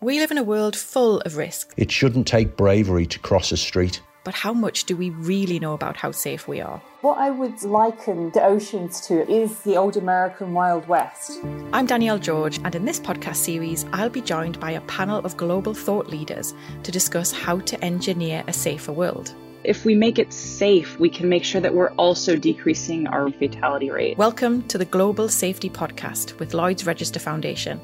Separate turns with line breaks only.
We live in a world full of risk,
It shouldn't take bravery to cross a street.
but how much do we really know about how safe we are?
What I would liken the oceans to is the old American Wild West.
I'm Danielle George, and in this podcast series, I'll be joined by a panel of global thought leaders to discuss how to engineer a safer world.
If we make it safe, we can make sure that we're also decreasing our fatality rate.
Welcome to the Global Safety Podcast with Lloyd's Register Foundation,